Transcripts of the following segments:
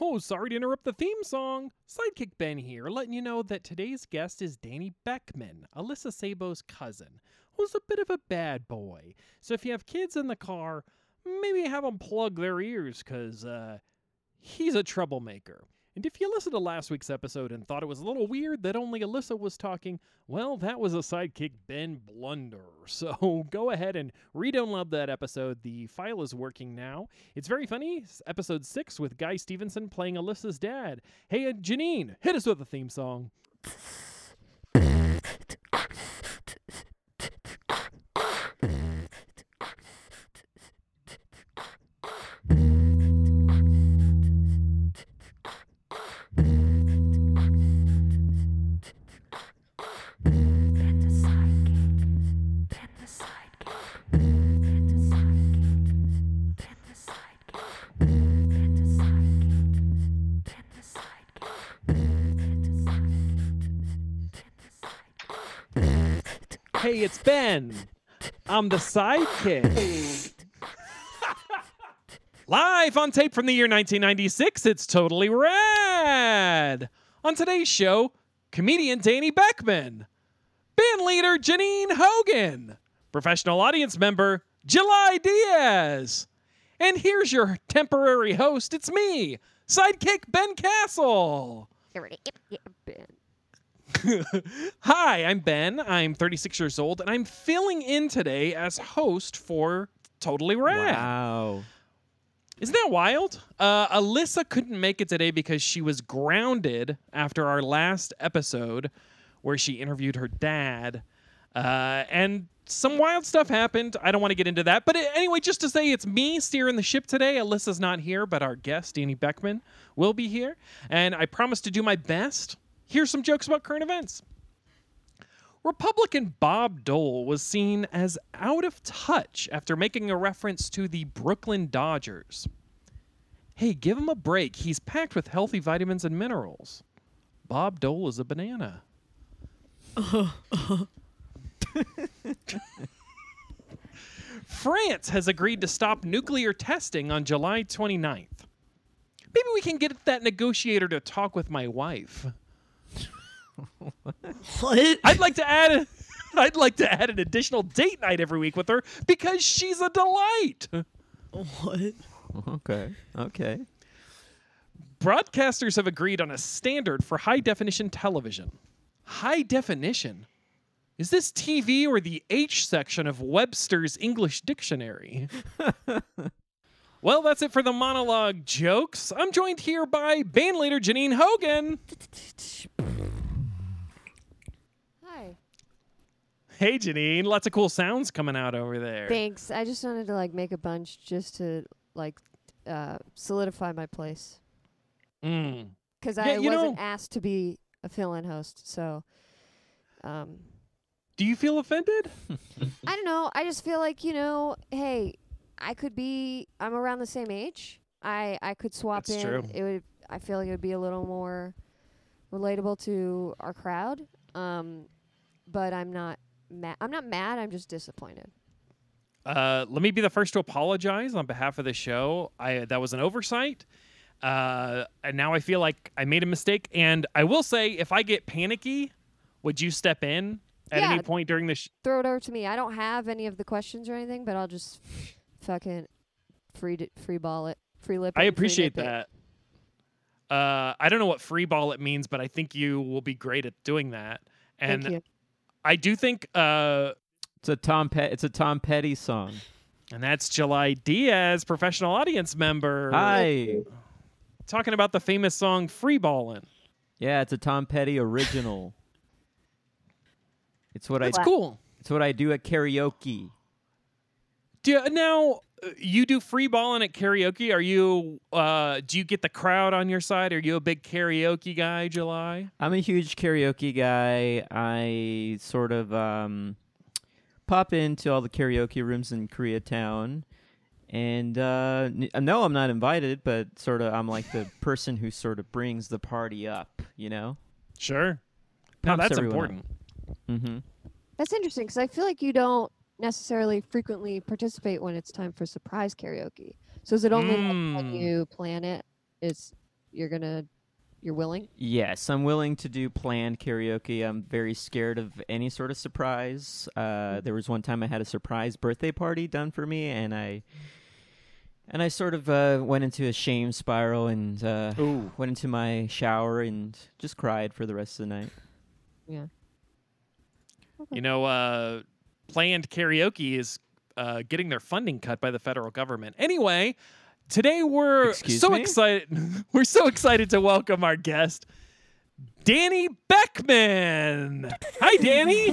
Oh, sorry to interrupt the theme song. Sidekick Ben here, letting you know that today's guest is Danny Beckman, Alyssa Sabo's cousin, who's a bit of a bad boy. So if you have kids in the car, maybe have them plug their ears, because uh, he's a troublemaker. And if you listened to last week's episode and thought it was a little weird that only Alyssa was talking, well, that was a sidekick Ben blunder. So go ahead and re download that episode. The file is working now. It's very funny. It's episode six with Guy Stevenson playing Alyssa's dad. Hey, uh, Janine, hit us with a theme song. Ben the sidekick. Ben the sidekick. Ben the sidekick. Ben the sidekick. Ben the sidekick. Ben the sidekick. Ben the sidekick. Ben the sidekick. Hey, it's Ben. I'm the sidekick. Live on tape from the year 1996, it's totally rad. On today's show, comedian Danny Beckman, band leader Janine Hogan, professional audience member July Diaz. And here's your temporary host, it's me, sidekick Ben Castle. Hi, I'm Ben. I'm 36 years old, and I'm filling in today as host for Totally Rad. Wow. Isn't that wild? Uh, Alyssa couldn't make it today because she was grounded after our last episode where she interviewed her dad. Uh, and some wild stuff happened. I don't want to get into that. But uh, anyway, just to say it's me steering the ship today. Alyssa's not here, but our guest, Danny Beckman, will be here. And I promise to do my best. Here's some jokes about current events. Republican Bob Dole was seen as out of touch after making a reference to the Brooklyn Dodgers. Hey, give him a break. He's packed with healthy vitamins and minerals. Bob Dole is a banana. France has agreed to stop nuclear testing on July 29th. Maybe we can get that negotiator to talk with my wife. What? I'd like to add a, I'd like to add an additional date night every week with her because she's a delight. What? Okay. Okay. Broadcasters have agreed on a standard for high definition television. High definition? Is this TV or the H section of Webster's English Dictionary? well, that's it for the monologue jokes. I'm joined here by band leader Janine Hogan. Hi. Hey, Janine. Lots of cool sounds coming out over there. Thanks. I just wanted to like make a bunch just to like uh, solidify my place Mm. because Yeah, I you wasn't know- asked to be a fill-in host. So, um, Do you feel offended? I don't know. I just feel like you know, hey, I could be. I'm around the same age. I I could swap That's in. true. It would. I feel like it would be a little more relatable to our crowd. Um, but I'm not mad. I'm not mad. I'm just disappointed. Uh, let me be the first to apologize on behalf of the show. I that was an oversight. Uh, and now I feel like I made a mistake. And I will say, if I get panicky, would you step in at Yeah. any point during the? Sh- throw it over to me. I don't have any of the questions or anything, but I'll just fucking free d- free ball it, free lip. it, I free appreciate lip it. that. Uh, I don't know what free ball it means, but I think you will be great at doing that. Thank And you. I do think, uh, It's a Tom Pet. It's a Tom Petty song. and that's July Diaz, professional audience member, Hi. talking about the famous song "Free Ballin'." Yeah, it's a Tom Petty original. It's what I. That's cool. It's what I do at karaoke. Do you, now uh, you do free balling at karaoke? Are you? Uh, do you get the crowd on your side? Are you a big karaoke guy, July? I'm a huge karaoke guy. I sort of um, pop into all the karaoke rooms in Koreatown. And uh, n- no, I'm not invited, but sort of I'm like the person who sort of brings the party up, you know? Sure. No, Pumps that's everyone up. important. Mm-hmm. That's interesting because I feel like you don't necessarily frequently participate when it's time for surprise karaoke. So is it only like, when Mm. you plan it? It's you're gonna you're willing. Yes, I'm willing to do planned karaoke. I'm very scared of any sort of surprise. Uh, Mm-hmm. there was one time I had a surprise birthday party done for me, and I and I sort of uh, went into a shame spiral and uh, Ooh. went into my shower and just cried for the rest of the night. Yeah. You know, uh, planned karaoke is uh, getting their funding cut by the federal government. Anyway, today we're Excuse so me? excited. we're so excited to welcome our guest, Danny Beckman. Hi, Danny.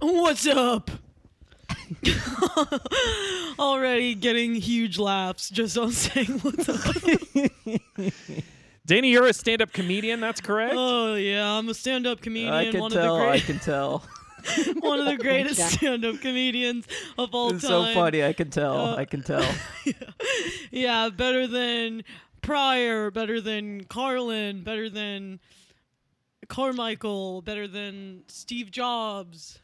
What's up? Already getting huge laughs just on saying what's up. Danny, you're a stand-up comedian. That's correct. oh yeah, I'm a stand-up comedian, I can one tell. of I the can tell. great, one of the greatest stand-up comedians of all it's time. so funny. I can tell. Uh, I can tell. Yeah, better than Pryor, better than Carlin, better than Carmichael, better than Steve Jobs.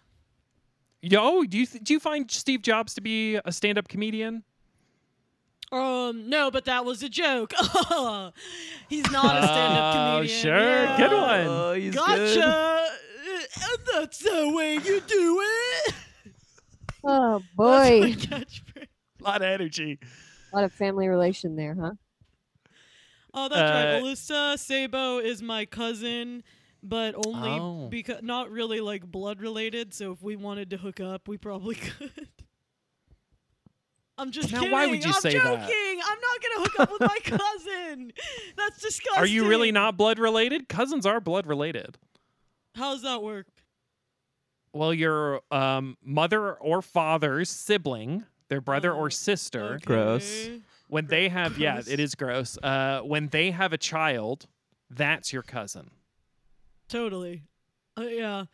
Yo, do you th- do you find Steve Jobs to be a stand-up comedian? Um, no, but that was a joke. He's not a stand-up Oh, comedian. sure. Yeah. Good one. Oh, he's good. Gotcha. Uh, And that's the way you do it. Oh That's my boy, catchphrase. A lot of energy. a lot of family relation there, huh? Oh, that's Uh, right. Melissa Sabo is my cousin, but only Oh. because not really like blood related. So if we wanted to hook up, we probably could. I'm just Now, kidding. why would you I'm say that? joking. I'm not gonna hook up with my cousin. That's disgusting. Are you really not blood related? Cousins are blood related. How does that work? Well, your um, mother or father's sibling, their brother Oh, or sister, Gross. Okay. when they have, yeah, Gross. it is gross. Uh, when they have a child, that's your cousin. Totally. Uh, yeah.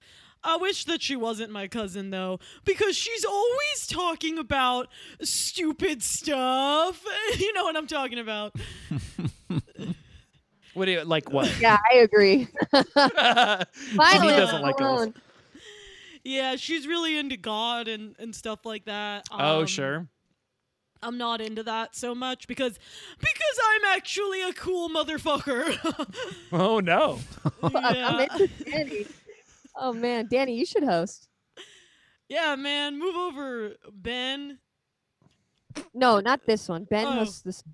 I wish that she wasn't my cousin though, because she's always talking about stupid stuff. you know what I'm talking about. What do you like? What? Yeah, I agree. he Finally, doesn't like us. alone. Yeah, she's really into God and, and stuff like that. Oh, Um, sure. I'm not into that so much because because I'm actually a cool motherfucker. Oh no. Fuck, I'm yeah. into Danny. Oh man, Danny, you should host. yeah, man, move over, Ben. No, not this one. Ben Oh. hosts this.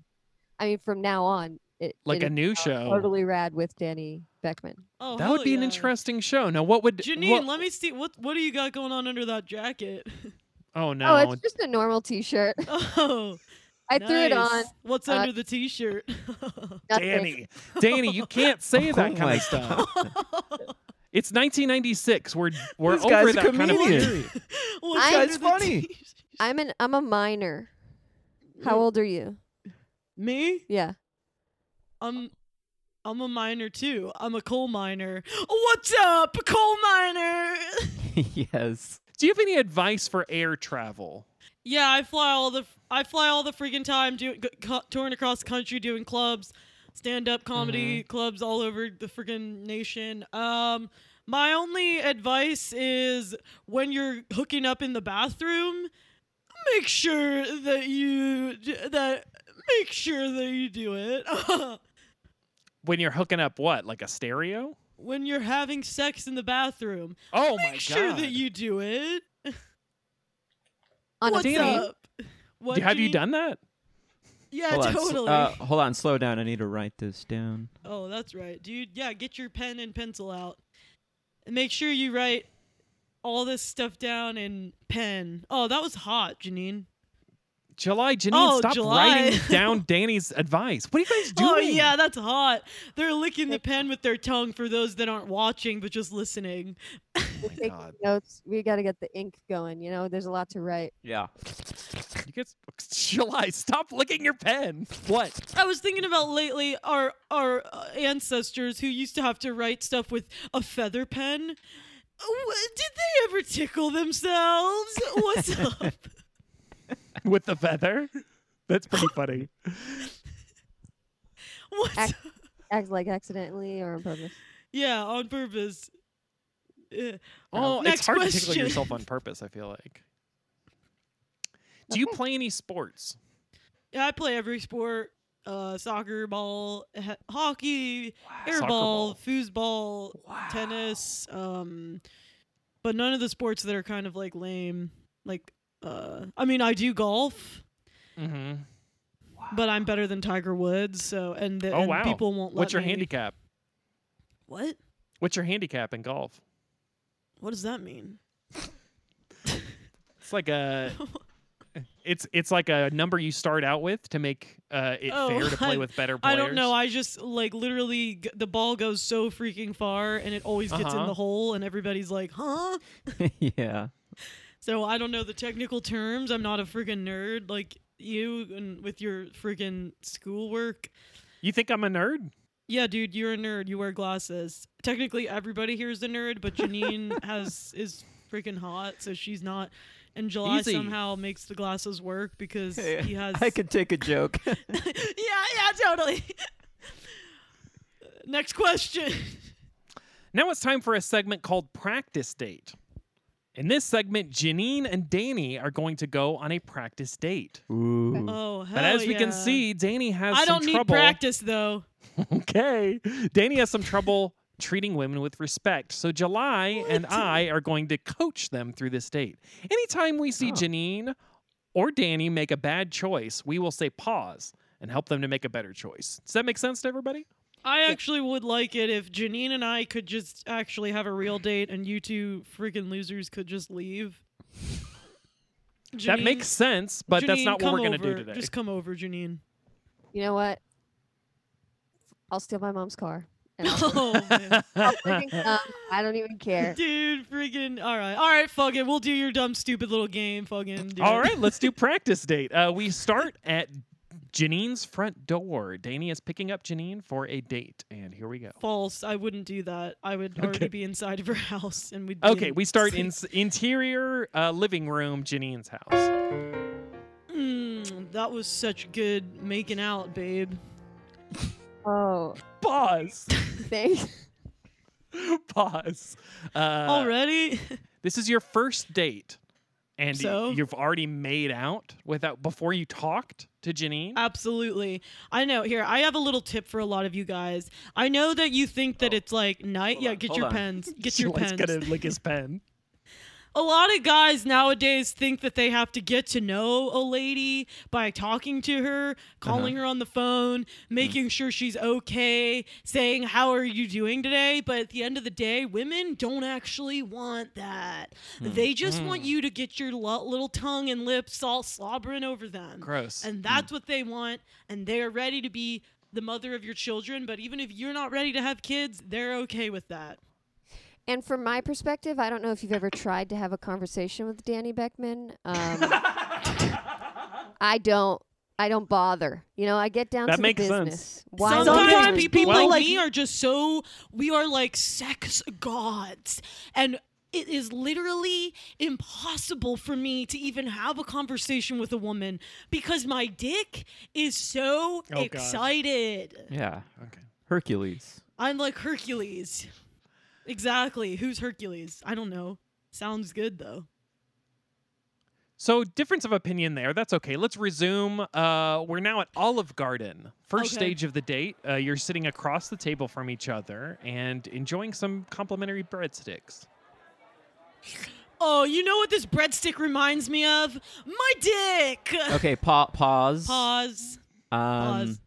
I mean, from now on, it Like it a is new show. totally rad with Danny Beckman. Oh, That would hell be an yeah. interesting show. Now, what would? Janine, what- let me see what what do you got going on under that jacket? oh no. Oh, it's just a normal T-shirt. oh. I threw it on. Nice. What's Uh, under the t-shirt? Nothing. Danny, Danny, you can't say that Oh kind my of stuff. It's 1996. We're we're This over guy's a that kind of comedian. period. What's I- under That's the funny. t-shirt? I'm an. I'm a minor. How old are you? Me? Yeah. I'm I'm a miner too. I'm a coal miner. What's up, coal miner? yes. Do you have any advice for air travel? yeah, I fly all the I fly all the freaking time doing g- co- touring across the country doing clubs, stand-up comedy Mm-hmm. clubs all over the freaking nation. Um my only advice is when you're hooking up in the bathroom, make sure that you d- that make sure that you do it. When you're hooking up what? Like a stereo? when you're having sex in the bathroom, Oh my make sure god. that you do it. On What's a plane. up? What, Do- have you Janine? done that? Yeah, hold on. s- totally. uh, hold on. Slow down. I need to write this down. oh, that's right, dude. Yeah, get your pen and pencil out, and make sure you write all this stuff down in pen. Oh, that was hot, Janine. July, Janine, Oh, stop July. writing down Danny's advice. What are you guys doing? Oh yeah, that's hot. They're licking the pen with their tongue for those that aren't watching but just listening. Oh my Take god. notes. We got to get the ink going. You know, there's a lot to write. Yeah. You guys July, stop licking your pen. What? I was thinking about lately our our uh, ancestors who used to have to write stuff with a feather pen. Wh- Did they ever tickle themselves? What's up? With the feather? That's pretty funny. What's Ac- Act like accidentally or on purpose. Yeah, on purpose. Yeah. Oh, Next it's hard to tickle question. yourself on purpose, I feel like. Do you play any sports? I play every sport. uh, soccer ball, he- hockey, Soccer airball, ball. foosball, Wow. tennis, um, but none of the sports that are kind of like lame. Like, uh, I mean, I do golf, Mm-hmm. but I'm better than Tiger Woods. So, and, the, Oh and wow. people won't let What's your me- handicap? What? What's your handicap in golf? What does that mean? It's like a it's it's like a number you start out with to make uh, it Oh, fair to play I- with better players. I don't know. I just like literally g- the ball goes so freaking far and it always gets Uh-huh. in the hole and everybody's like, "Huh?" yeah. So I don't know the technical terms. I'm not a freaking nerd like you and with your freaking schoolwork. you think I'm a nerd? Yeah, dude, you're a nerd. You wear glasses. Technically, everybody here is a nerd, but Janine has is freaking hot, so she's not. And July Easy. somehow makes the glasses work because he has. I could take a joke. yeah, yeah, totally. Next question. Now it's time for a segment called Practice Date. In this segment, Janine and Danny are going to go on a practice date. Ooh. Oh, hell But Hmm. as we yeah. can see, Danny has I some don't need trouble. practice though. Okay. Danny has some trouble treating women with respect. So July and I are going to coach them through this date. Anytime we Oh. see Janine or Danny make a bad choice, we will say pause and help them to make a better choice. Does that make sense to everybody? I actually would like it if Janine and I could just actually have a real date, and you two freaking losers could just leave. that Janine- makes sense, but that's Janine, not what come we're going to do over. today. Just come over, Janine. You know what? I'll steal my mom's car. And I'll Oh man. freaking come. I don't even care. dude, freaking! All right, all right, fuck it. We'll do your dumb, stupid little game, fucking. Dude. All right, let's do practice date. Uh, we start at Janine's front door. Danny is picking up Janine for a date, and here we go. False. I wouldn't do that. I would Okay. already be inside of her house, and we'd. Be Okay, in we start in sleep. s- interior uh, living room, Janine's house. Mm, that was such good making out, babe. Oh, Pause. thanks. Pause. Uh, Already. This is your first date, and y- So? you've already made out without before you talked to Janine. Absolutely. I know. Here, I have a little tip for a lot of you guys. I know that you think that it's like night. Oh. Hold yeah, on, get hold your on. pens. Get your Julian's pens. gonna lick his pen. A lot of guys nowadays think that they have to get to know a lady by talking to her, Uh-huh. calling her on the phone, making Mm. sure she's okay, saying, How are you doing today? But at the end of the day, women don't actually want that. Hmm. They just want you to get your lo- little tongue and lips all slobbering over them. Gross. And that's what they want. And they are ready to be the mother of your children. But even if you're not ready to have kids, they're okay with that. And from my perspective, I don't know if you've ever tried to have a conversation with Danny Beckman. Um, I don't. I don't bother. You know, I get down That to makes the sense. business. Why am I bothering? Sometimes people Well- like me are just so we are like sex gods, and it is literally impossible for me to even have a conversation with a woman because my dick is so God. excited. Yeah. Okay. Hercules. I'm like Hercules. Exactly. Who's Hercules? I don't know. Sounds good though. So difference of opinion there. That's okay. Let's resume. Uh, we're now at Olive Garden. First Okay. stage of the date. Uh, you're sitting across the table from each other and enjoying some complimentary breadsticks. Oh, you know what this breadstick reminds me of? My dick. Okay. Pa- pause. Pause. Um, Pause.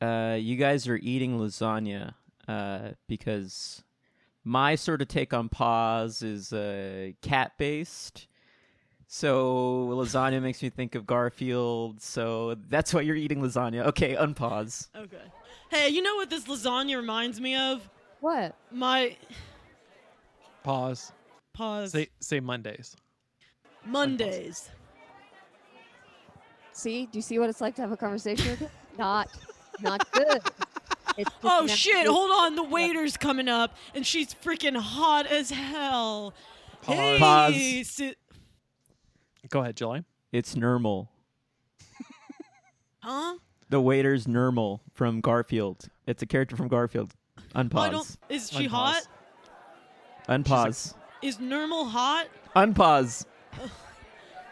uh, you guys are eating lasagna uh, because my sort of take on pause is uh, cat based. So lasagna makes me think of Garfield. So that's why you're eating lasagna. Okay, unpause. okay. Hey, you know what this lasagna reminds me of? What? My Pause. pause. Say say Mondays. Mondays. See? Do you see what it's like to have a conversation with? Him? Not. Not good. It's just Oh an shit! absolute- Hold on, the waiter's coming up, and she's freaking hot as hell. Pause. Hey, Pause. si- Go ahead, July. It's normal. huh? The waiter's normal from Garfield. It's a character from Garfield. I don't. Unpause. Is she hot? Unpause. Is normal hot? Unpause.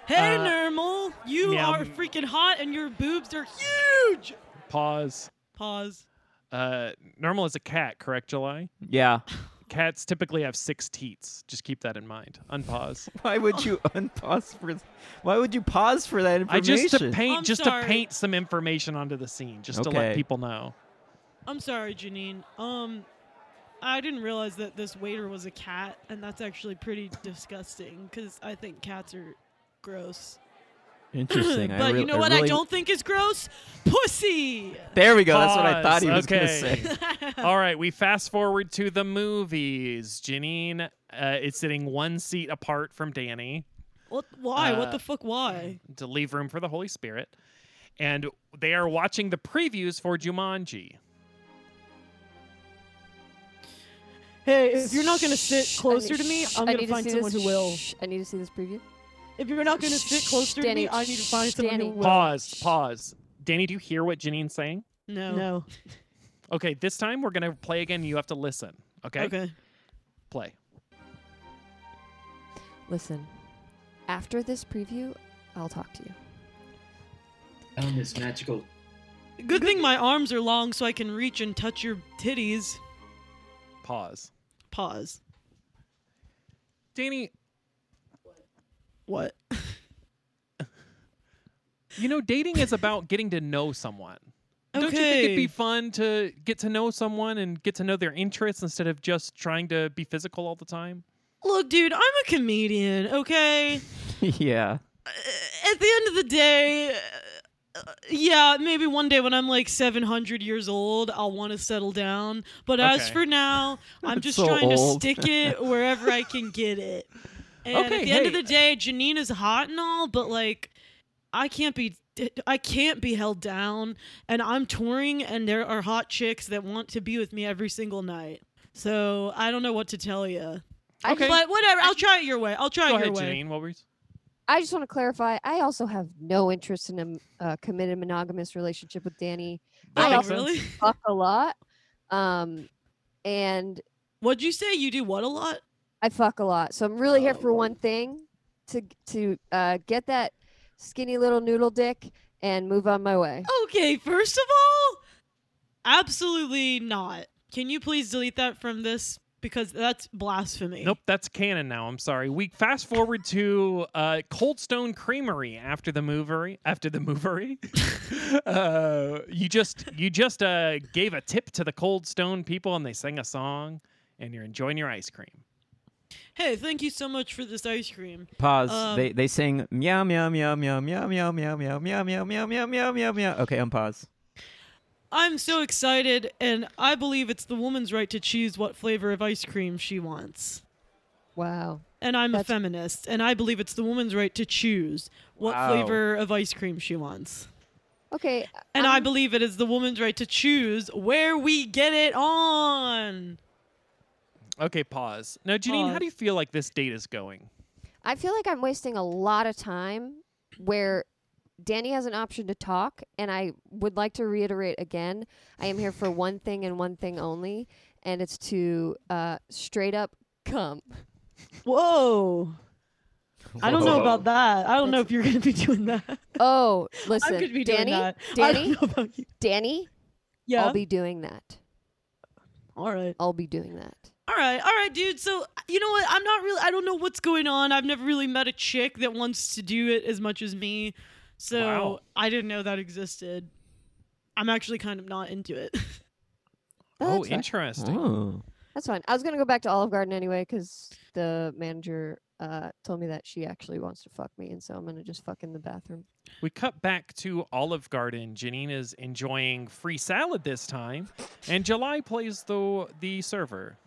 Hey, Uh, normal, you yeah, are um, freaking hot and your boobs are huge. Pause. Pause. Uh, normal is a cat, correct, July? Yeah. Cats typically have six teats. Just keep that in mind. Unpause. Why would you unpause for? Why would you pause for that I information? just to paint I'm just sorry. to paint some information onto the scene, just to Okay. let people know. I'm sorry, Janine. Um, I didn't realize that this waiter was a cat, and that's actually pretty disgusting because I think cats are gross. Interesting. I but re- you know what? I really- don't think is gross. Pussy. There we go. That's what I thought he was Pause. going to Okay. say. All right, we fast forward to the movies. Janine uh, is sitting one seat apart from Danny What? Why? Uh, what the fuck? Why? to leave room for the Holy Spirit, and they are watching the previews for Jumanji. Hey, if you're not gonna sit Shh, I closer need- to me, shh, I'm I gonna need to find see someone this. who will. Shh, I need to see this preview. If you're not gonna sit Shh, closer to Danny, me, I need to find shh, someone who Danny. will. Pause. Pause. Danny, do you hear what Janine's saying? No. No. Okay, this time we're gonna play again. You have to listen. Okay. Okay. Play. Listen, after this preview, I'll talk to you. found this magical Good thing my arms are long, so I can reach and touch your titties. Pause. Pause. Danny, What? you know dating is about getting to know someone. Don't you think it'd Okay. be fun to get to know someone and get to know their interests instead of just trying to be physical all the time? Look, dude, I'm a comedian, okay? yeah. At the end of the day, uh, yeah, maybe one day when I'm like 700 years old, I'll want to settle down. But as Okay. for now, I'm just So trying old. to stick it wherever I can get it. And Okay, at the end of hey. the day, Janine is hot and all, but like, I can't be. I can't be held down, and I'm touring, and there are hot chicks that want to be with me every single night. So I don't know what to tell you. Okay. But whatever, I'll try it your way. I'll try Go it your ahead, way. Janine. What were you? I just want to clarify. I also have no interest in a m- a committed monogamous relationship with Danny. That I makes Oh, also sense. really? fuck a lot, um, and What'd you say? You do what a lot? I fuck a lot. So I'm really here for one thing, to to uh, get that skinny little noodle dick and move on my way. Okay, first of all, absolutely not. Can you please delete that from this? Because that's blasphemy. Nope, that's canon now. I'm sorry. We fast forward to uh, Cold Stone Creamery after the movery. After the movery, uh, you just you just uh, gave a tip to the Cold Stone people, and they sang a song, and you're enjoying your ice cream. Hey, thank you so much for this ice cream. Pause. Um, they they sing meow meow meow meow meow meow meow meow meow meow meow meow meow meow meow. Okay, unpause. I'm so excited, and I believe it's the woman's right to choose what flavor of ice cream she wants. Wow. And I'm That's- a feminist, and I believe it's the woman's right to choose what Wow. flavor of ice cream she wants. Okay. And I I'm- believe it is the woman's right to choose where we get it on. Okay, pause. Now, Janine, how Pause. do you feel like this date is going? I feel like I'm wasting a lot of time where Danny has an option to talk, and I would like to reiterate again I am here for one thing and one thing only, and it's to uh, straight up come. Whoa. I don't know Whoa. about that. I don't know if you're going to be doing that. Oh, I'm listen, going to be Danny, doing that. I Danny, don't know about you. Danny, Yeah. I'll be doing that. all right. I'll be doing that. All right. All right, dude. So, you know what? I'm not really, I don't know what's going on. I've never really met a chick that wants to do it as much as me. So, Wow. I didn't know that existed. I'm actually kind of not into it. Oh, oh, that's fine. interesting. Oh. That's fine. I was gonna go back to Olive Garden anyway because the manager uh, told me that she actually wants to fuck me, and so I'm gonna just fuck in the bathroom. We cut back to Olive Garden. Janine is enjoying free salad this time, and July plays the the server.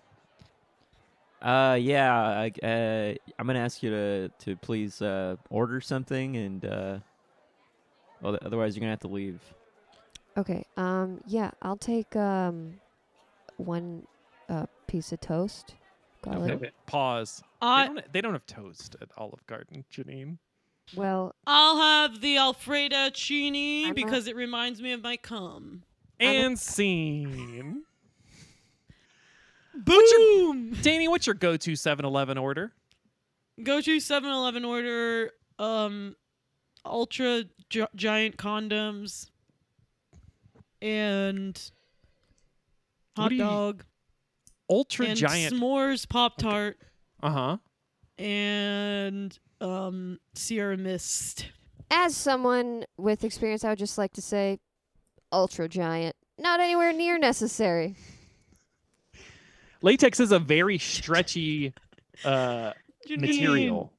Uh yeah, I, uh, I'm gonna ask you to to please uh, order something and uh, well, otherwise you're gonna have to leave. Okay. Um. Yeah, I'll take um, one uh, piece of toast. Garlic. Okay. Pause. they, I, don't, they don't have toast at Olive Garden, Janine. Well, I'll have the Alfredo Chini I'm a- because it reminds me of my cum. I don't- And scene. Boom! Danny, what's your go-to 7-Eleven order? Go to 7 Eleven order um, ultra gi- giant condoms and What hot do you- dog Ultra and giant. s'mores pop tart uh huh. and um Sierra Mist. As someone with experience, I would just like to say, ultra giant. Not anywhere near necessary. Latex is a very stretchy uh, material.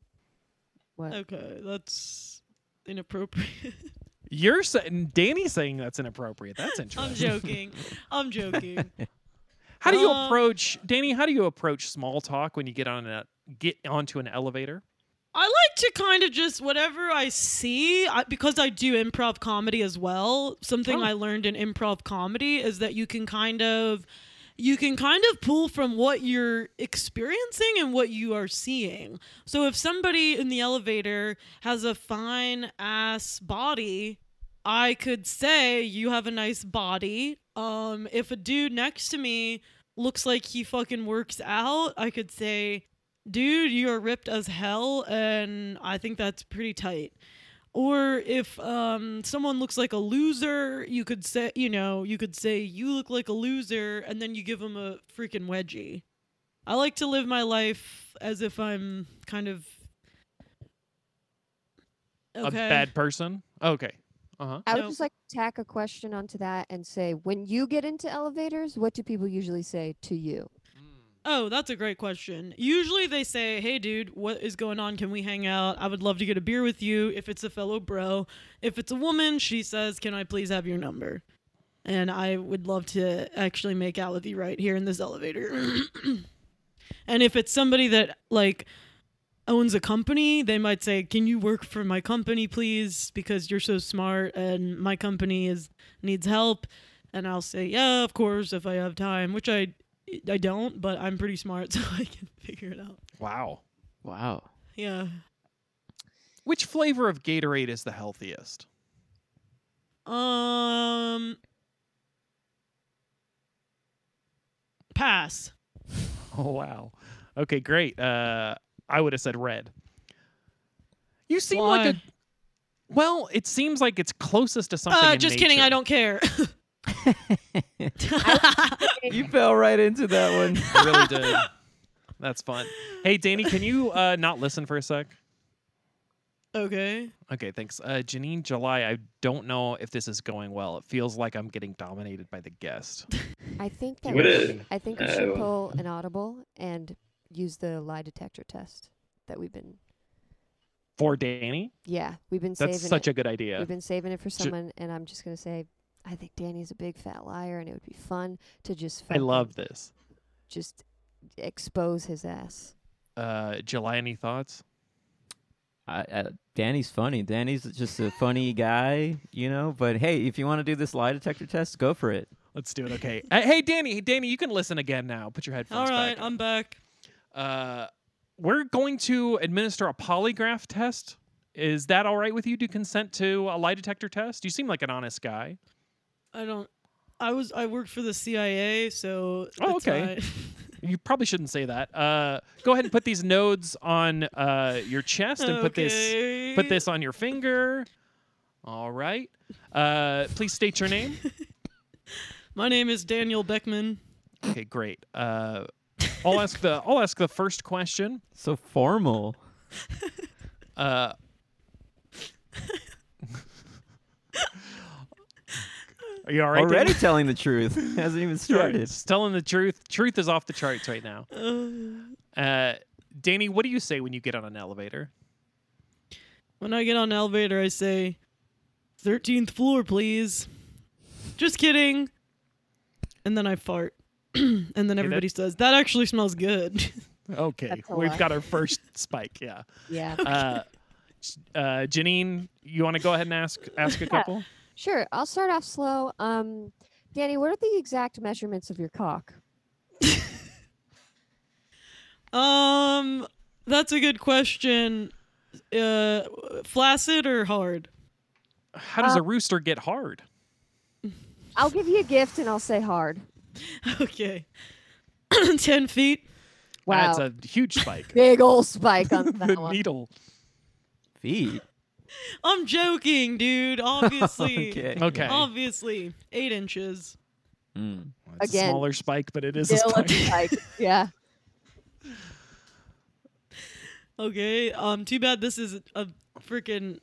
What? Okay, that's inappropriate. You're saying Danny's saying that's inappropriate. That's interesting. I'm joking. I'm joking. How do you Um, approach Danny? How do you approach small talk when you get on a get onto an elevator? I like to kind of just whatever I see I, because I do improv comedy as well. Something Oh. I learned in improv comedy is that you can kind of you can kind of pull from what you're experiencing and what you are seeing. So if somebody in the elevator has a fine ass body, I could say you have a nice body. Um if a dude next to me looks like he fucking works out, I could say dude, you are ripped as hell, and I think that's pretty tight. Or if um, someone looks like a loser, you could say, you know, you could say you look like a loser, and then you give them a freaking wedgie. I like to live my life as if I'm kind of okay. A bad person. Okay. Uh huh. I would No. just like to tack a question onto that and say, when you get into elevators, what do people usually say to you? Oh, that's a great question. Usually they say, "Hey, dude, what is going on? Can we hang out? I would love to get a beer with you." If it's a fellow bro, if it's a woman, she says, "Can I please have your number?" And I would love to actually make out with you right here in this elevator. and if it's somebody that like owns a company, they might say, "Can you work for my company, please? Because you're so smart, and my company is needs help." And I'll say, "Yeah, of course, if I have time," which I I don't, but I'm pretty smart, so I can figure it out. Wow. Wow. Yeah. Which flavor of Gatorade is the healthiest? Um. Pass. Oh wow. Okay, great. Uh, I would have said red. You seem like a Why? well. It seems like it's closest to something. Uh, in just kidding. I nature. don't care. You fell right into that one. I really did. That's fun. Hey, Danny, can you uh, not listen for a sec? okay. Okay, thanks. Uh, Janine July, I don't know if this is going well. It feels like I'm getting dominated by the guest. I think that What we- is- I think we should Oh. pull an audible and use the lie detector test that we've been. For Danny? Yeah, we've been That's saving such it. a good idea. We've been saving it for Ju- someone, and I'm just gonna say, I think Danny's a big fat liar, and it would be fun to just. I love fucking this. Just expose his ass. Uh, July, any thoughts? I, I, Danny's funny. Danny's just a funny guy, you know. But hey, if you want to do this lie detector test, go for it. Let's do it. Okay. Uh, hey, Danny. Danny, you can listen again now. Put your All headphones right. back. I'm back. Uh, we're going to administer a polygraph test. Is that all right with you? Do you consent to a lie detector test? You seem like an honest guy. I don't. I was. I worked for the CIA, so. Oh, it's okay. fine. You probably shouldn't say that. Uh, go ahead and put these nodes on uh, your chest and put this Okay. Put this on your finger. All right. Uh, please state your name. My name is Daniel Beckman. Okay, great. Uh, I'll ask the I'll ask the first question. So formal. Uh, are you all right? Already Daniel? telling the truth. Hasn't even started. Just telling the truth. Truth is off the charts right now. Uh, Danny, what do you say when you get on an elevator? When I get on the elevator, I say, 13th floor, please. Just kidding. And then I fart. and then everybody says, that actually smells good. Okay, That's a we've lie. got our first spike. Yeah. Yeah. Uh, uh, Janine, you want to go ahead and ask ask a couple? Sure. I'll start off slow. Um, Danny, what are the exact measurements of your cock? um, that's a good question. Uh, flaccid or hard? How does a Uh, rooster get hard? I'll give you a gift and I'll say hard. Okay. 10 feet. Wow. That's a huge spike. Big old spike on that the one. needle. feet. I'm joking, dude. Obviously. okay. Okay. Obviously. Eight inches. Mm. Well, it's Again. a smaller spike, but it is a Still a spike. spike. Yeah. Okay. Um. Too bad this is a freaking.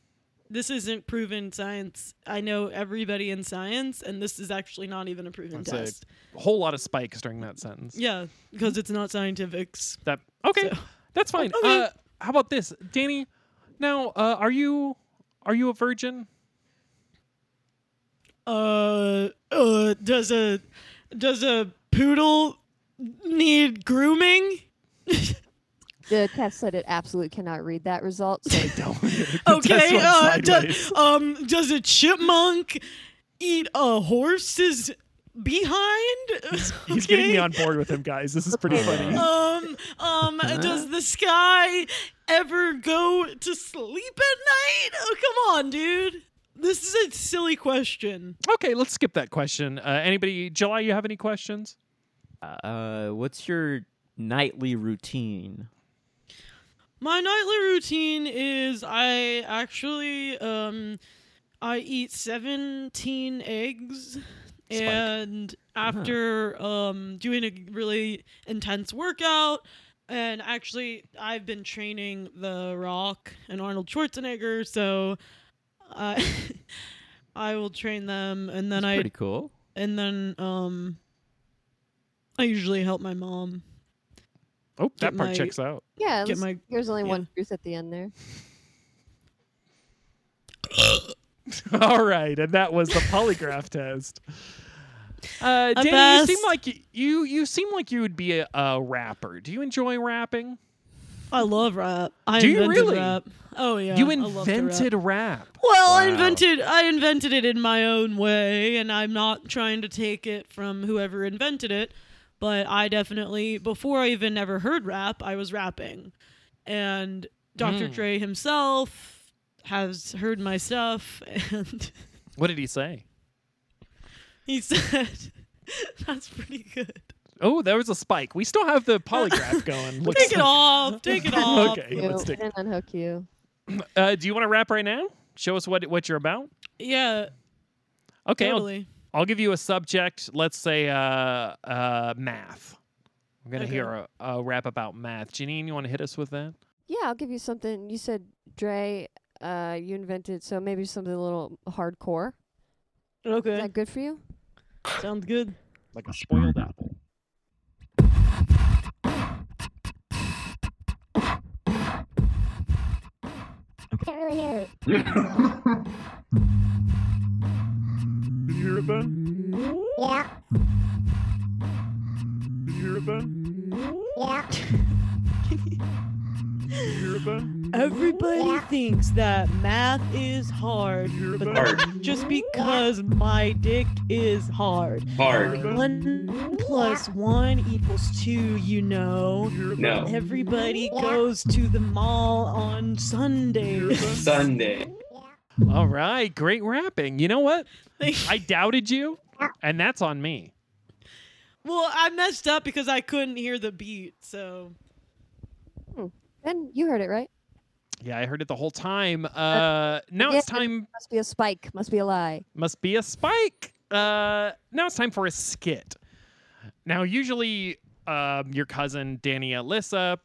This isn't proven science. I know everybody in science, and this is actually not even a proven That's a- test. whole lot of spikes during that sentence. Yeah, because it's not scientific. That okay, So- that's fine. Okay. Uh, how about this, Danny? Now, uh, are you are you a virgin? Uh. Uh. Does a does a poodle need grooming? The test said it absolutely cannot read that result. So Okay. went Uh, do- sideways. um. Does a chipmunk eat a horse's behind? He's getting me Okay. on board with him, guys. This is pretty funny. um, um, does the sky ever go to sleep at night? Oh, come on, dude. This is a silly question. Okay, let's skip that question. Uh, anybody, July, you have any questions? Uh, what's your nightly routine? My nightly routine is I actually um I eat 17 eggs and Uh-huh. after um doing a really intense workout and actually I've been training The Rock and Arnold Schwarzenegger so I I will train them and then That's I pretty cool. and then um I usually help my mom Oh, that Get part my- checks out. yeah, let's- Get my- there's only yeah. one truth at the end there. All right, and that was the polygraph test. Uh, A Danny, you best. seem like you, you you seem like you would be a, a rapper. Do you enjoy rapping? I love rap. I Do you invented really? rap. Oh yeah. you I love to invented rap. rap. Well, I Wow. invented I invented it in my own way and I'm not trying to take it from whoever invented it, but I definitely before I even ever heard rap, I was rapping. And Dr. Mm. Dre himself has heard my stuff and What did he say? he said that's pretty good. Oh, there was a spike. We still have the polygraph going. Looks Take it off. Take it off. Okay, let's Ew, take. and unhook you. Uh, do you want to rap right now? Show us what what you're about. Yeah, Okay, I'll- totally. I'll, give you a subject. Let's say uh, uh, math. I'm gonna Okay. hear a, a rap about math. Janine, you want to hit us with that? Yeah, I'll give you something. You said Dre, uh, you invented, so maybe something a little hardcore. Is Okay. that good for you? Sounds good. Like a spoiled apple. Everybody thinks that math is hard, but Hard. that's just because my dick is hard. Hard. One plus one equals two, you know. No. Everybody goes to the mall on Sundays. Sunday. All right, great rapping. You know what? Thank- I doubted you, and that's on me. well, I messed up because I couldn't hear the beat, so. Then you heard it right. Yeah, I heard it the whole time. Uh, now it's yeah. time. Must be a spike. Must be a lie. Must be a spike. Uh, now it's time for a skit. Now, usually, um, your cousin Danny Alyssa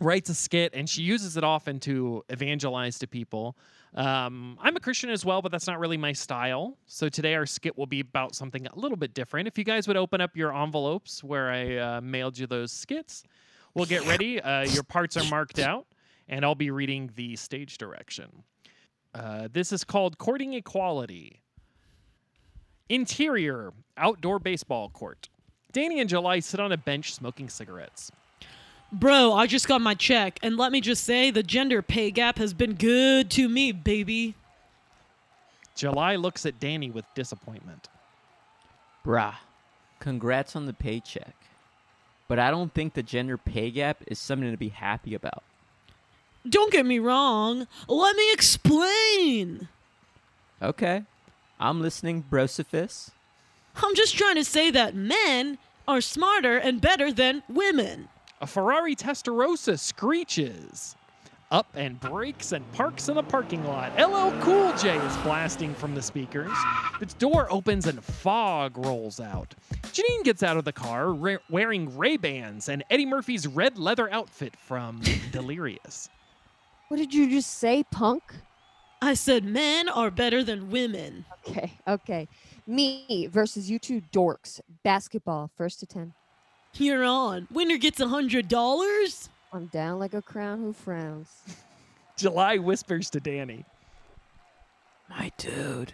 writes a skit, and she uses it often to evangelize to people. Um, I'm a Christian as well, but that's not really my style. So today our skit will be about something a little bit different. If you guys would open up your envelopes where I uh, mailed you those skits, we'll get ready. Uh, your parts are marked out, and I'll be reading the stage direction. Uh, this is called Courting Equality. Interior outdoor baseball court. Danny and July sit on a bench smoking cigarettes. Bro, I just got my check, and let me just say the gender pay gap has been good to me, baby. July looks at Danny with disappointment. Bruh. Congrats on the paycheck. But I don't think the gender pay gap is something to be happy about. Don't get me wrong. Let me explain. Okay. I'm listening, Brosophis. I'm just trying to say that men are smarter and better than women. A Ferrari Testarossa screeches. up and breaks and parks in the parking lot. LL Cool J is blasting from the speakers. Its door opens and fog rolls out. Janine gets out of the car re- wearing Ray-Bans and Eddie Murphy's red leather outfit from Delirious. What did you just say, punk? I said men are better than women. Okay, okay. Me versus you two dorks. Basketball, first to 10. You're on. Winner gets a hundred dollars. I'm down like a crown who frowns. July whispers to Danny. My dude,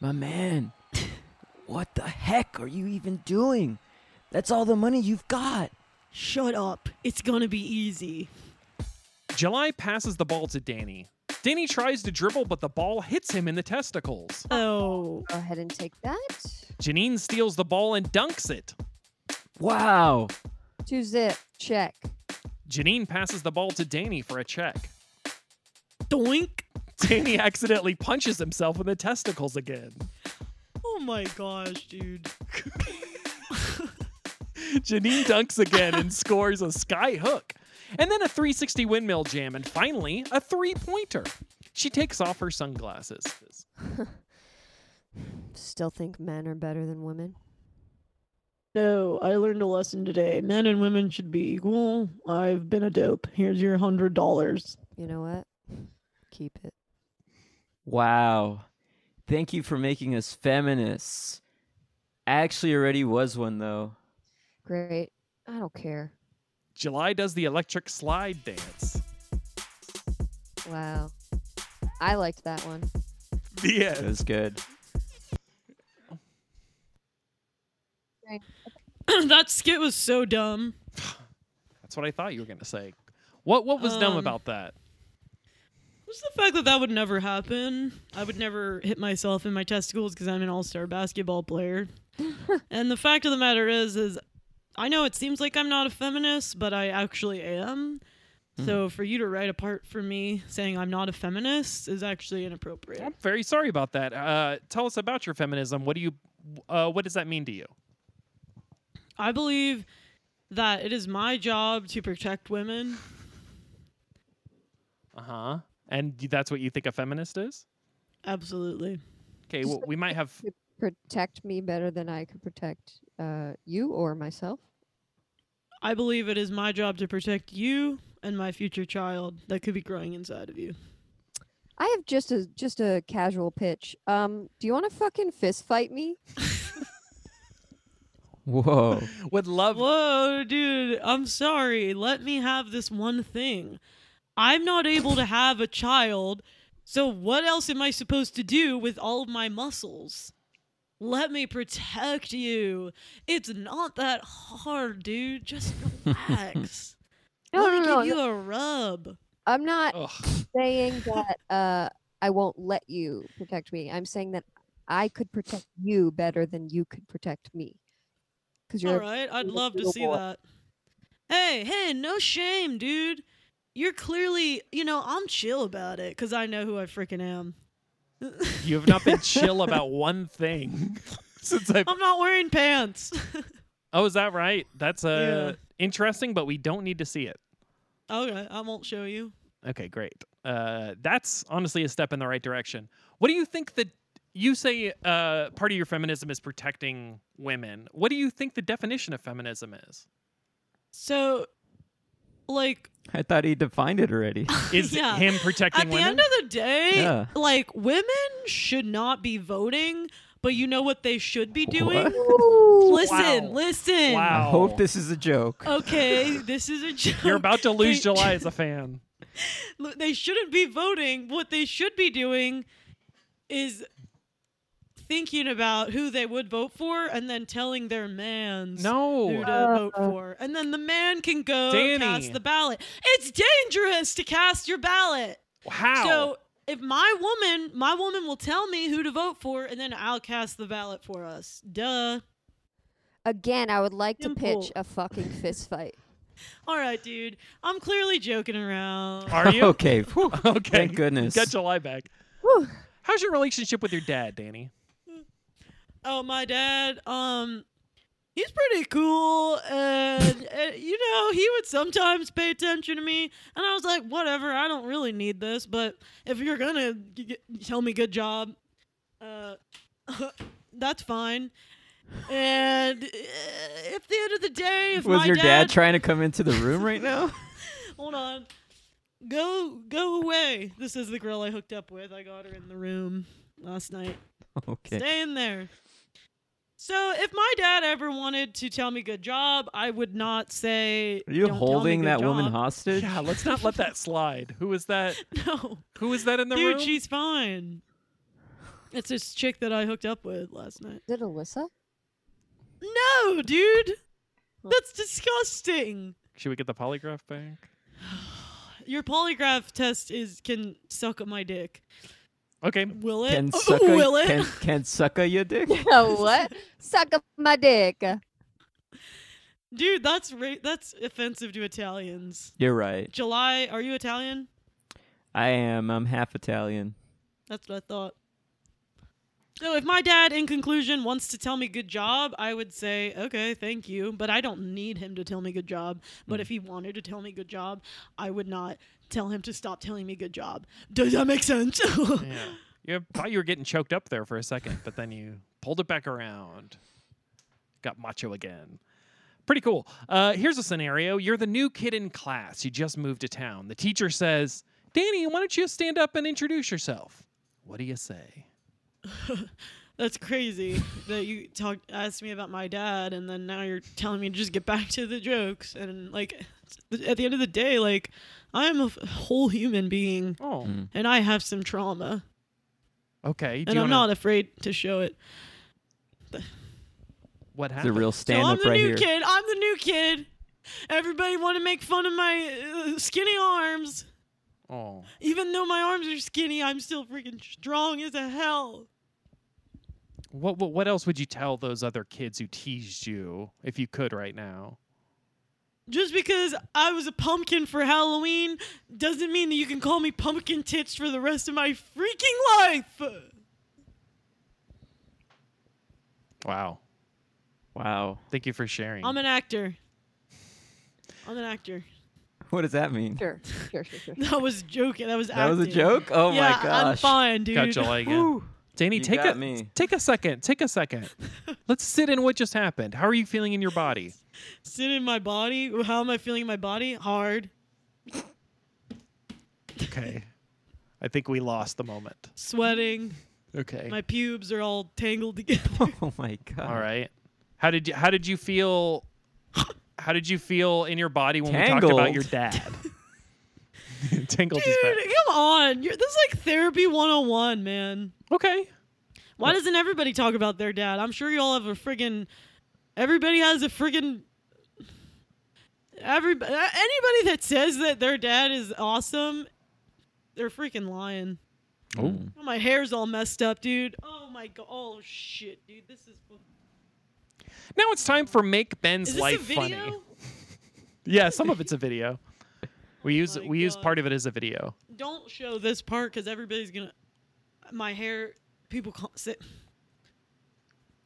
my man, what the heck are you even doing? That's all the money you've got. Shut up. It's gonna be easy. July passes the ball to Danny. Danny tries to dribble, but the ball hits him in the testicles. Oh. Go ahead and take that. Janine steals the ball and dunks it. Wow. Two zip, check. Janine passes the ball to Danny for a check. Doink. Danny accidentally punches himself in the testicles again. Oh my gosh, dude. Janine dunks again and scores a sky hook. And then a 360 windmill jam, and finally, a three pointer. She takes off her sunglasses. Still think men are better than women. No, I learned a lesson today. Men and women should be equal. I've been a dope. Here's your hundred dollars. You know what? Keep it. Wow. Thank you for making us feminists. I actually already was one, though. Great. I don't care. July does the electric slide dance. Wow. I liked that one. The It end. was good. that skit was so dumb. That's what I thought you were going to say. What, what was dumb Um, about that? Just the fact that that would never happen. I would never hit myself in my testicles because I'm an all-star basketball player. and the fact of the matter is, is I know it seems like I'm not a feminist, but I actually am. So for you to write a part for me saying I'm not a feminist is actually inappropriate. I'm very sorry about that. Uh, tell us about your feminism. What do you, uh, what does that mean to you? I believe that it is my job to protect women. Uh huh. And y- that's what you think a feminist is? Absolutely. Okay, well, we might have. Protect me better than I could protect uh, you or myself. I believe it is my job to protect you and my future child that could be growing inside of you. I have just a just a casual pitch. Um, do you want to fucking fist fight me? Whoa. Would love. Whoa, dude, I'm sorry. Let me have this one thing. I'm not able to have a child, so what else am I supposed to do with all of my muscles? Let me protect you. It's not that hard, dude. Just relax. Let me give you a rub. I'm not Ugh. saying that uh, I won't let you protect me. I'm saying that I could protect you better than you could protect me. Because All you're right, I'd you're a love to little see boy. that. Hey, hey, no shame, dude. You're clearly, you know, I'm chill about it because I know who I freaking am. You have not been chill about one thing since I. I'm not wearing pants. Oh, is that right? That's uh, Yeah. interesting, but we don't need to see it. okay, I won't show you. Okay, great. Uh, that's honestly a step in the right direction. What do you think that you say uh, part of your feminism is protecting women? What do you think the definition of feminism is? So, like, I thought he defined it already. Is Yeah. him protecting at the women? end of the day, Yeah. like, women should not be voting, but you know what they should be doing? What? Listen, Wow. listen. Wow. I hope this is a joke. Okay, this is a joke. You're about to lose They- July as a fan. Look, they shouldn't be voting. What they should be doing is thinking about who they would vote for and then telling their mans who to No. Uh. vote for. And then the man can go Danny. cast the ballot. It's dangerous to cast your ballot. How? So if my woman, my woman will tell me who to vote for and then I'll cast the ballot for us. Duh. again. I would like to pitch Simple. a fucking fist fight. All right, dude. I'm clearly joking around. Are you? okay. whew. okay. Thank goodness. Got July back. Whew. How's your relationship with your dad, Danny? Oh, my dad. Um, he's pretty cool and, and, you know he would sometimes pay attention to me and i was like whatever i don't really need this but if you're gonna g- g- tell me good job uh, that's fine and uh, at the end of the day if Was my your dad, dad trying to come into the room right now? Hold on. Go go away. This is the girl I hooked up with. I got her in the room last night. okay. Stay in there. So if my dad ever wanted to tell me good job, I would not say Are you "Don't tell me holding good that woman job." hostage? Yeah, let's not let that slide. Who is that? No. Who is that in the Dude, room? she's fine. It's this chick that I hooked up with last night. Is it Alyssa? No, dude. That's disgusting. Should we get the polygraph back? Your polygraph test is can suck up my dick. Okay. Will it? Can Oh, suck a- will it? Can, can suck a your dick? Oh, what? Suck up my dick. Dude, that's ra- that's offensive to Italians. You're right. July, are you Italian? I am. I'm half Italian. That's what I thought. So if my dad, in conclusion, wants to tell me good job, I would say, okay, thank you. But I don't need him to tell me good job. But if he wanted to tell me good job, I would not tell him to stop telling me good job. Does that make sense? Yeah. You thought you were getting choked up there for a second, but then you pulled it back around. Got macho again. Pretty cool. Uh, here's a scenario you're the new kid in class. You just moved to town. The teacher says, Danny, why don't you stand up and introduce yourself? What do you say? That's crazy that you talked asked me about my dad, and then now you're telling me to just get back to the jokes. And like, at the end of the day, like, I am a f- whole human being, Oh, and I have some trauma, okay. Do and you I'm wanna- not afraid to show it. What It's a happened? real So stand I'm up the right new here. kid. I'm the new kid. Everybody want to make fun of my uh, skinny arms, oh, even though my arms are skinny. I'm still freaking strong as a hell. what, what what else would you tell those other kids who teased you if you could right now? Just because I was a pumpkin for Halloween doesn't mean that you can call me pumpkin tits for the rest of my freaking life. Wow. Wow. Thank you for sharing. I'm an actor. I'm an actor. What does that mean? Sure, sure, sure, sure. That was joking. That was That was a acting. joke? Oh yeah, my gosh. I'm fine, dude. Got July again. Whew. Danny, You take got a me. take a second. Take a second. Let's sit in what just happened. How are you feeling in your body? Sit in my body. How am I feeling in my body? Hard. Okay. I think we lost the moment. Sweating. Okay. My pubes are all tangled together. Oh my god. All right. How did you how did you feel how did you feel in your body when we talked about Tangled. your dad? Tangled is Dude, bad. come on. You're, this is like therapy 101, man. Okay. Why doesn't everybody talk about their dad? I'm sure you all have a friggin' everybody has a friggin' every anybody that says that their dad is awesome, they're freaking lying. Oh. Oh, my hair's all messed up, dude. Oh my god. Oh shit, dude. This is Now it's time for make Ben's Is this a life video? funny. Yeah, some of it's a video. We use my we use God. part of it as a video. Don't show this part cuz everybody's going to my hair people can't sit.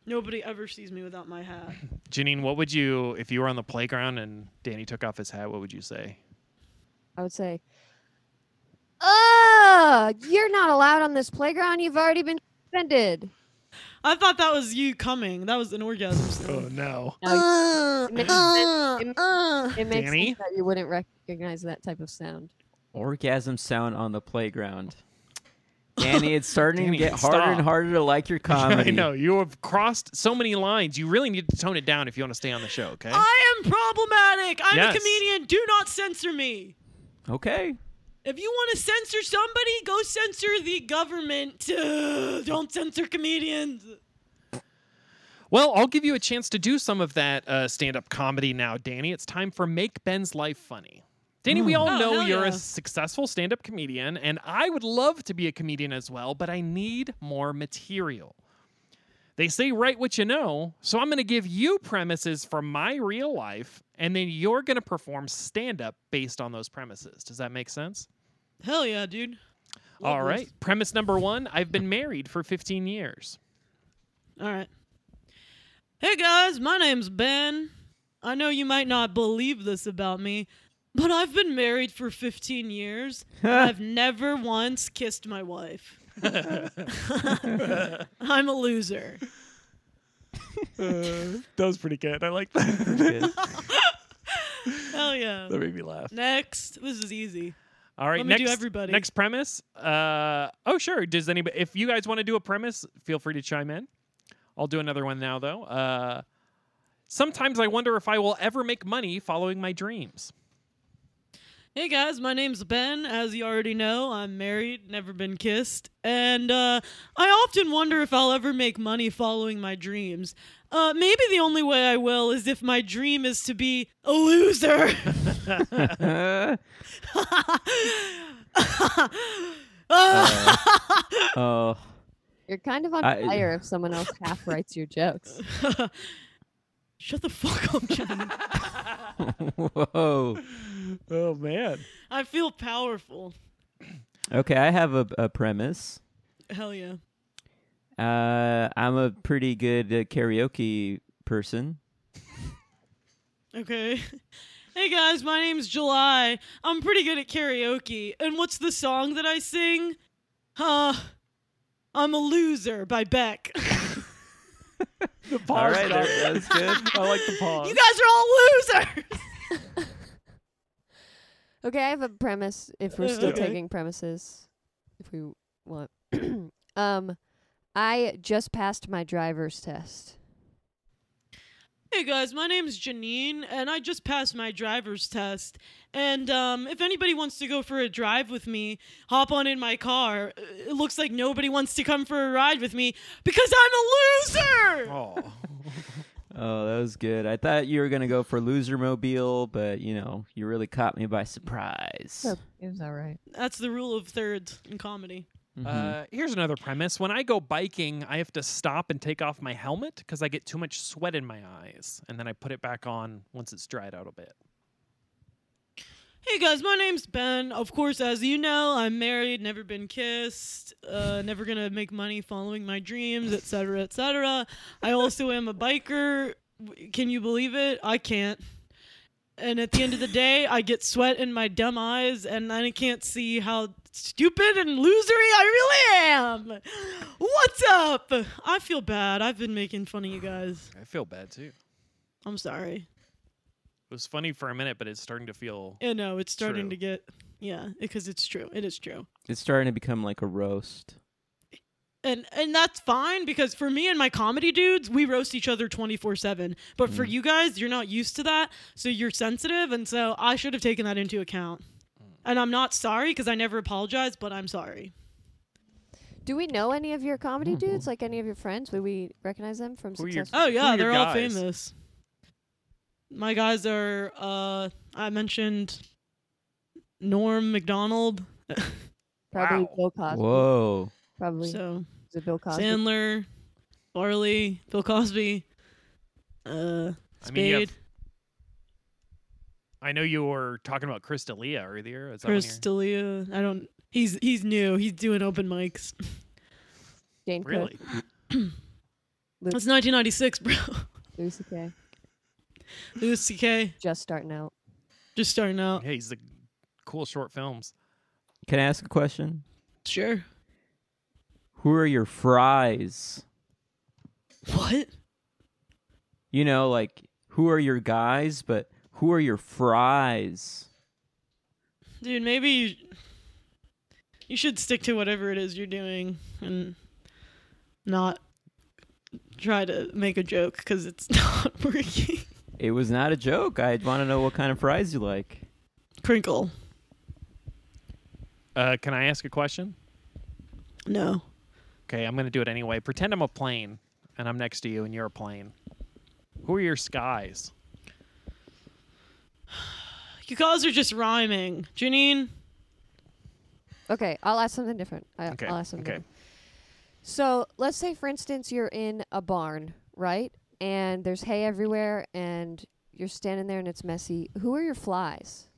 Nobody ever sees me without my hat. Janine, what would you if you were on the playground and Danny took off his hat, what would you say? I would say, oh, you're not allowed on this playground. You've already been suspended. I thought that was you coming. That was an orgasm. Oh sound. no. No, it makes sense- it ma- it makes Danny? sense that you wouldn't recognize that type of sound. Orgasm sound on the playground. Danny, it's starting Danny, to get harder and stop. harder to like your comedy. Um, I know you have crossed so many lines. You really need to tone it down if you want to stay on the show. Okay. I am problematic. I'm Eh? Yes. a comedian. Do not censor me. Okay. If you want to censor somebody, go censor the government. Uh, don't censor comedians. Well, I'll give you a chance to do some of that uh, stand-up comedy now, Danny. It's time for Make Ben's Life Funny. Danny, we all Oh, know hell you're yeah. a successful stand-up comedian, and I would love to be a comedian as well, but I need more material. They say write what you know, so I'm going to give you premises from my real life, and then you're going to perform stand-up based on those premises. Does that make sense? Hell yeah, dude. All Love right. Premise number one I've been married for 15 years. this. All right. Hey guys, my name's Ben. I know you might not believe this about me, but I've been married for 15 years. and I've never once kissed my wife. I'm a loser. Uh, that was pretty good. I like that. Good. Hell yeah. that made me laugh. Next. This is easy. All right, Let me next do everybody. next premise. Uh, oh sure. Does anybody? If you guys want to do a premise, feel free to chime in. I'll do another one now though. Uh, sometimes I wonder if I will ever make money following my dreams. Hey guys, my name's Ben. As you already know, I'm married, never been kissed, and uh, I often wonder if I'll ever make money following my dreams. Uh, maybe the only way I will is if my dream is to be a loser. Uh, Uh, oh, You're kind of on I- fire if someone else half writes your jokes. Shut the fuck up, John. whoa. Oh man. I feel powerful. Okay, I have a, a premise. Hell yeah. Uh, I'm a pretty good uh, karaoke person. Okay. Hey guys, my name's July. I'm pretty good at karaoke. And what's the song that I sing? Huh. I'm a Loser by Beck. The pause. All right, got- that- that's good. I like the pause. you guys are all losers! Okay, I have a premise. If we're Uh, still okay. taking premises, if we want, um, I just passed my driver's test. Hey guys, my name's Janine, and I just passed my driver's test. And um, if anybody wants to go for a drive with me, hop on in my car. Uh, It looks like nobody wants to come for a ride with me because I'm a loser! oh. Oh, that was good. I thought you were gonna go for loser mobile, but you know, you really caught me by surprise. it was all right. That's the rule of thirds in comedy. Mhm. Uh, here's another premise. When I go biking, I have to stop and take off my helmet because I get too much sweat in my eyes, and then I put it back on once it's dried out a bit. Hey guys, my name's Ben. Of course, as you know, I'm married, never been kissed, uh, never gonna make money following my dreams, etc., etc. I also am a biker. W- Can you believe it? I can't. And at the end of the day, I get sweat in my dumb eyes, and I can't see how stupid and losery I really am. What's up? I feel bad. I've been making fun of you guys. I feel bad too. I'm sorry. It was funny for a minute, but it's starting to feel. I know it's starting True. to get yeah, because it's true. It is true. It's starting to become like a roast. and and that's fine because for me and my comedy dudes we roast each other 24/7 but for you guys you're not used to that so you're sensitive and so I should have taken that into account and I'm not sorry because I never apologized but I'm sorry Do we know any of your comedy dudes? Like any of your friends? Would we recognize them from? Who are your- Success? oh yeah your they're all guys? famous my guys are uh I mentioned Norm McDonald Probably Wow. Bill Cosby. Whoa. Probably so is it Bill Cosby. Sandler Barley Bill Cosby uh I mean, you have- Spade I know you were talking about Chris D'Elia earlier. Is that when Chris you're- D'Elia. I don't. He's he's new. He's doing open mics. Jane Cook, Really? It's 1996, bro. Louis C.K. Louis C.K. Just starting out. just starting out. Yeah, he's the cool short films. Can I ask a question? Sure. Who are your fries? What? You know, like who are your guys, but who are your fries? Dude, maybe you, you should stick to whatever it is you're doing and not try to make a joke because it's not working. It was not a joke. I want to know what kind of fries you like. Crinkle. Uh, can I ask a question? No. Okay, I'm going to do it anyway. Pretend I'm a plane and I'm next to you and you're a plane. Who are your skies? You guys are just rhyming. Janine? Okay, I'll ask something different. I, Okay, I'll ask something okay. different. So let's say, for instance, you're in a barn, right? And there's hay everywhere, and you're standing there and it's messy. Who are your flies?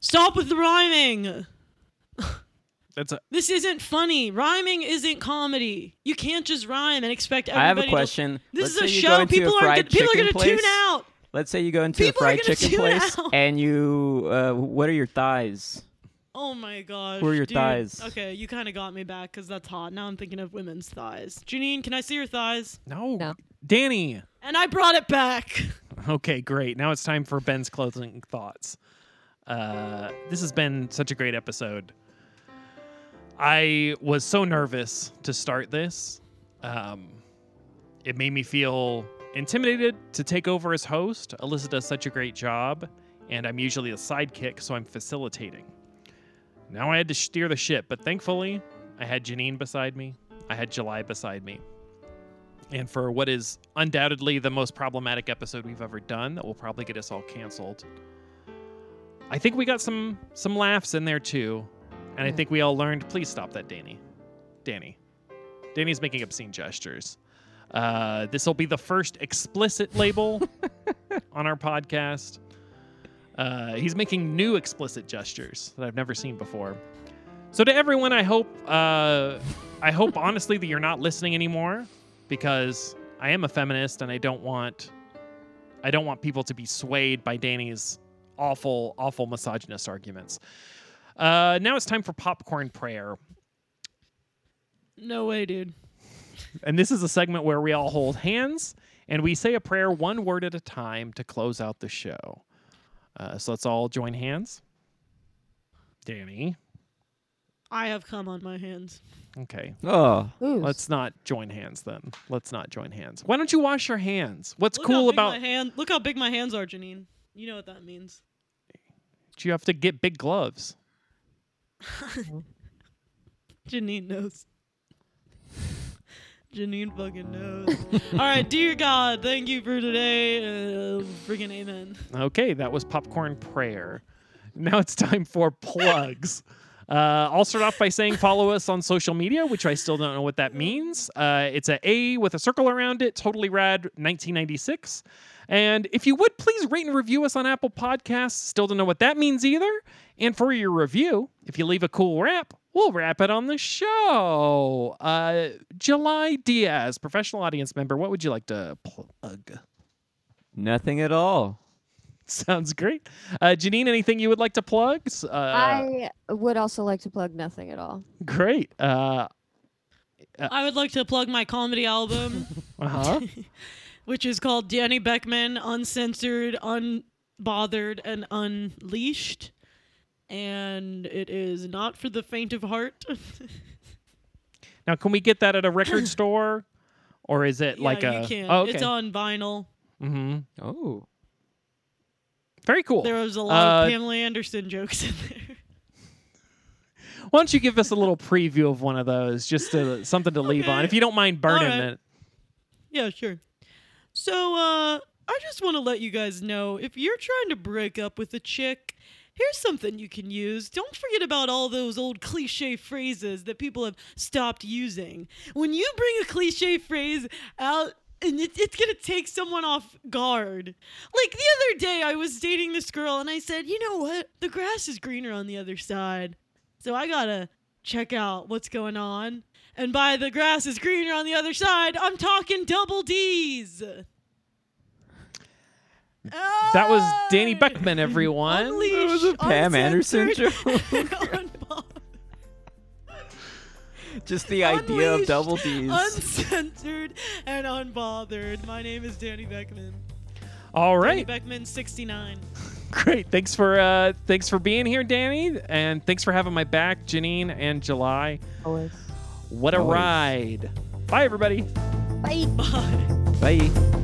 Stop with the rhyming! That's a This isn't funny. Rhyming isn't comedy. You can't just rhyme and expect everybody I have a to- question. This Let's is a say you go show. into People a are fried gonna, people are chicken going to tune place. out. Let's say you go into a People are fried gonna chicken tune place out. and you. Uh, what are your thighs? Oh my gosh. Who are your dude. thighs? Okay, you kind of got me back because that's hot. Now I'm thinking of women's thighs. Janine, can I see your thighs? no. No. Danny. And I brought it back. Okay, great. Now it's time for Ben's closing thoughts. Uh, this has been such a great episode. I was so nervous to start this. Um, it made me feel intimidated to take over as host. Alyssa does such a great job, and I'm usually a sidekick, so I'm facilitating. Now I had to steer the ship, but thankfully, I had Janine beside me, I had July beside me and for what is undoubtedly the most problematic episode we've ever done that will probably get us all canceled. I think we got some some laughs in there too, and I think we all learned. Please stop that, Danny. Danny, Danny's making obscene gestures. Uh, this will be the first explicit label on our podcast. Uh, he's making new explicit gestures that I've never seen before. So to everyone, I hope uh, I hope honestly that you're not listening anymore because I am a feminist and I don't want I don't want people to be swayed by Danny's awful, awful misogynist arguments. Uh, now it's time for popcorn prayer, No way, dude. and this is a segment where we all hold hands and we say a prayer one word at a time to close out the show. Uh, so let's all join hands. Danny, I have cum on my hands. okay. Oh, Ooh. Let's not join hands then. Let's not join hands. Why don't you wash your hands? What's Look how cool big about my hand. Look how big my hands are, Janine. You know what that means. you have to get big gloves? Janine knows. Janine fucking knows. All right, dear God, thank you for today. Uh, freaking amen. Okay, that was popcorn prayer. Now it's time for plugs. Uh, I'll start off by saying follow us on social media, which I still don't know what that means. Uh, it's a A with a circle around it, totally rad, 1996. And if you would please rate and review us on Apple Podcasts, still don't know what that means either. And for your review, if you leave a cool rap, we'll wrap it on the show. Uh, July Diaz, professional audience member, what would you like to plug? nothing at all. Sounds great. Uh, Janine, anything you would like to plug? S- Uh, I would also like to plug nothing at all. great. Uh I would like to plug my comedy album, huh. which is called Danny Beckman Uncensored, Unbothered, and Unleashed. And it is not for the faint of heart. now, can we get that at a record store, or is it like yeah, a? you can. Oh, okay. It's on vinyl. hmm Oh, Very cool. There was a lot Uh, of Pamela Anderson jokes in there. Why don't you give us a little preview of one of those, just to, something to leave on, Okay. if you don't mind burning Alright. it. Yeah, sure. So, uh, I just want to let you guys know if you're trying to break up with a chick, here's something you can use. Don't forget about all those old cliche phrases that people have stopped using. When you bring a cliche phrase out, and it, it's gonna take someone off guard. Like the other day, I was dating this girl, and I said, You know what? The grass is greener on the other side. So I gotta check out what's going on. And by the grass is greener on the other side, I'm talking double D's. That was Danny Beckman, everyone. Unleash, was a Pam Anderson uncensored, joke. unbo- just the idea of unleashed, double D's. Uncensored and unbothered. My name is Danny Beckman. All Danny right, Beckman, 69. great. Thanks for uh, thanks for being here, Danny, and thanks for having my back, Janine and July. Always. What a Always. ride! Bye, everybody. Bye. Bye. Bye.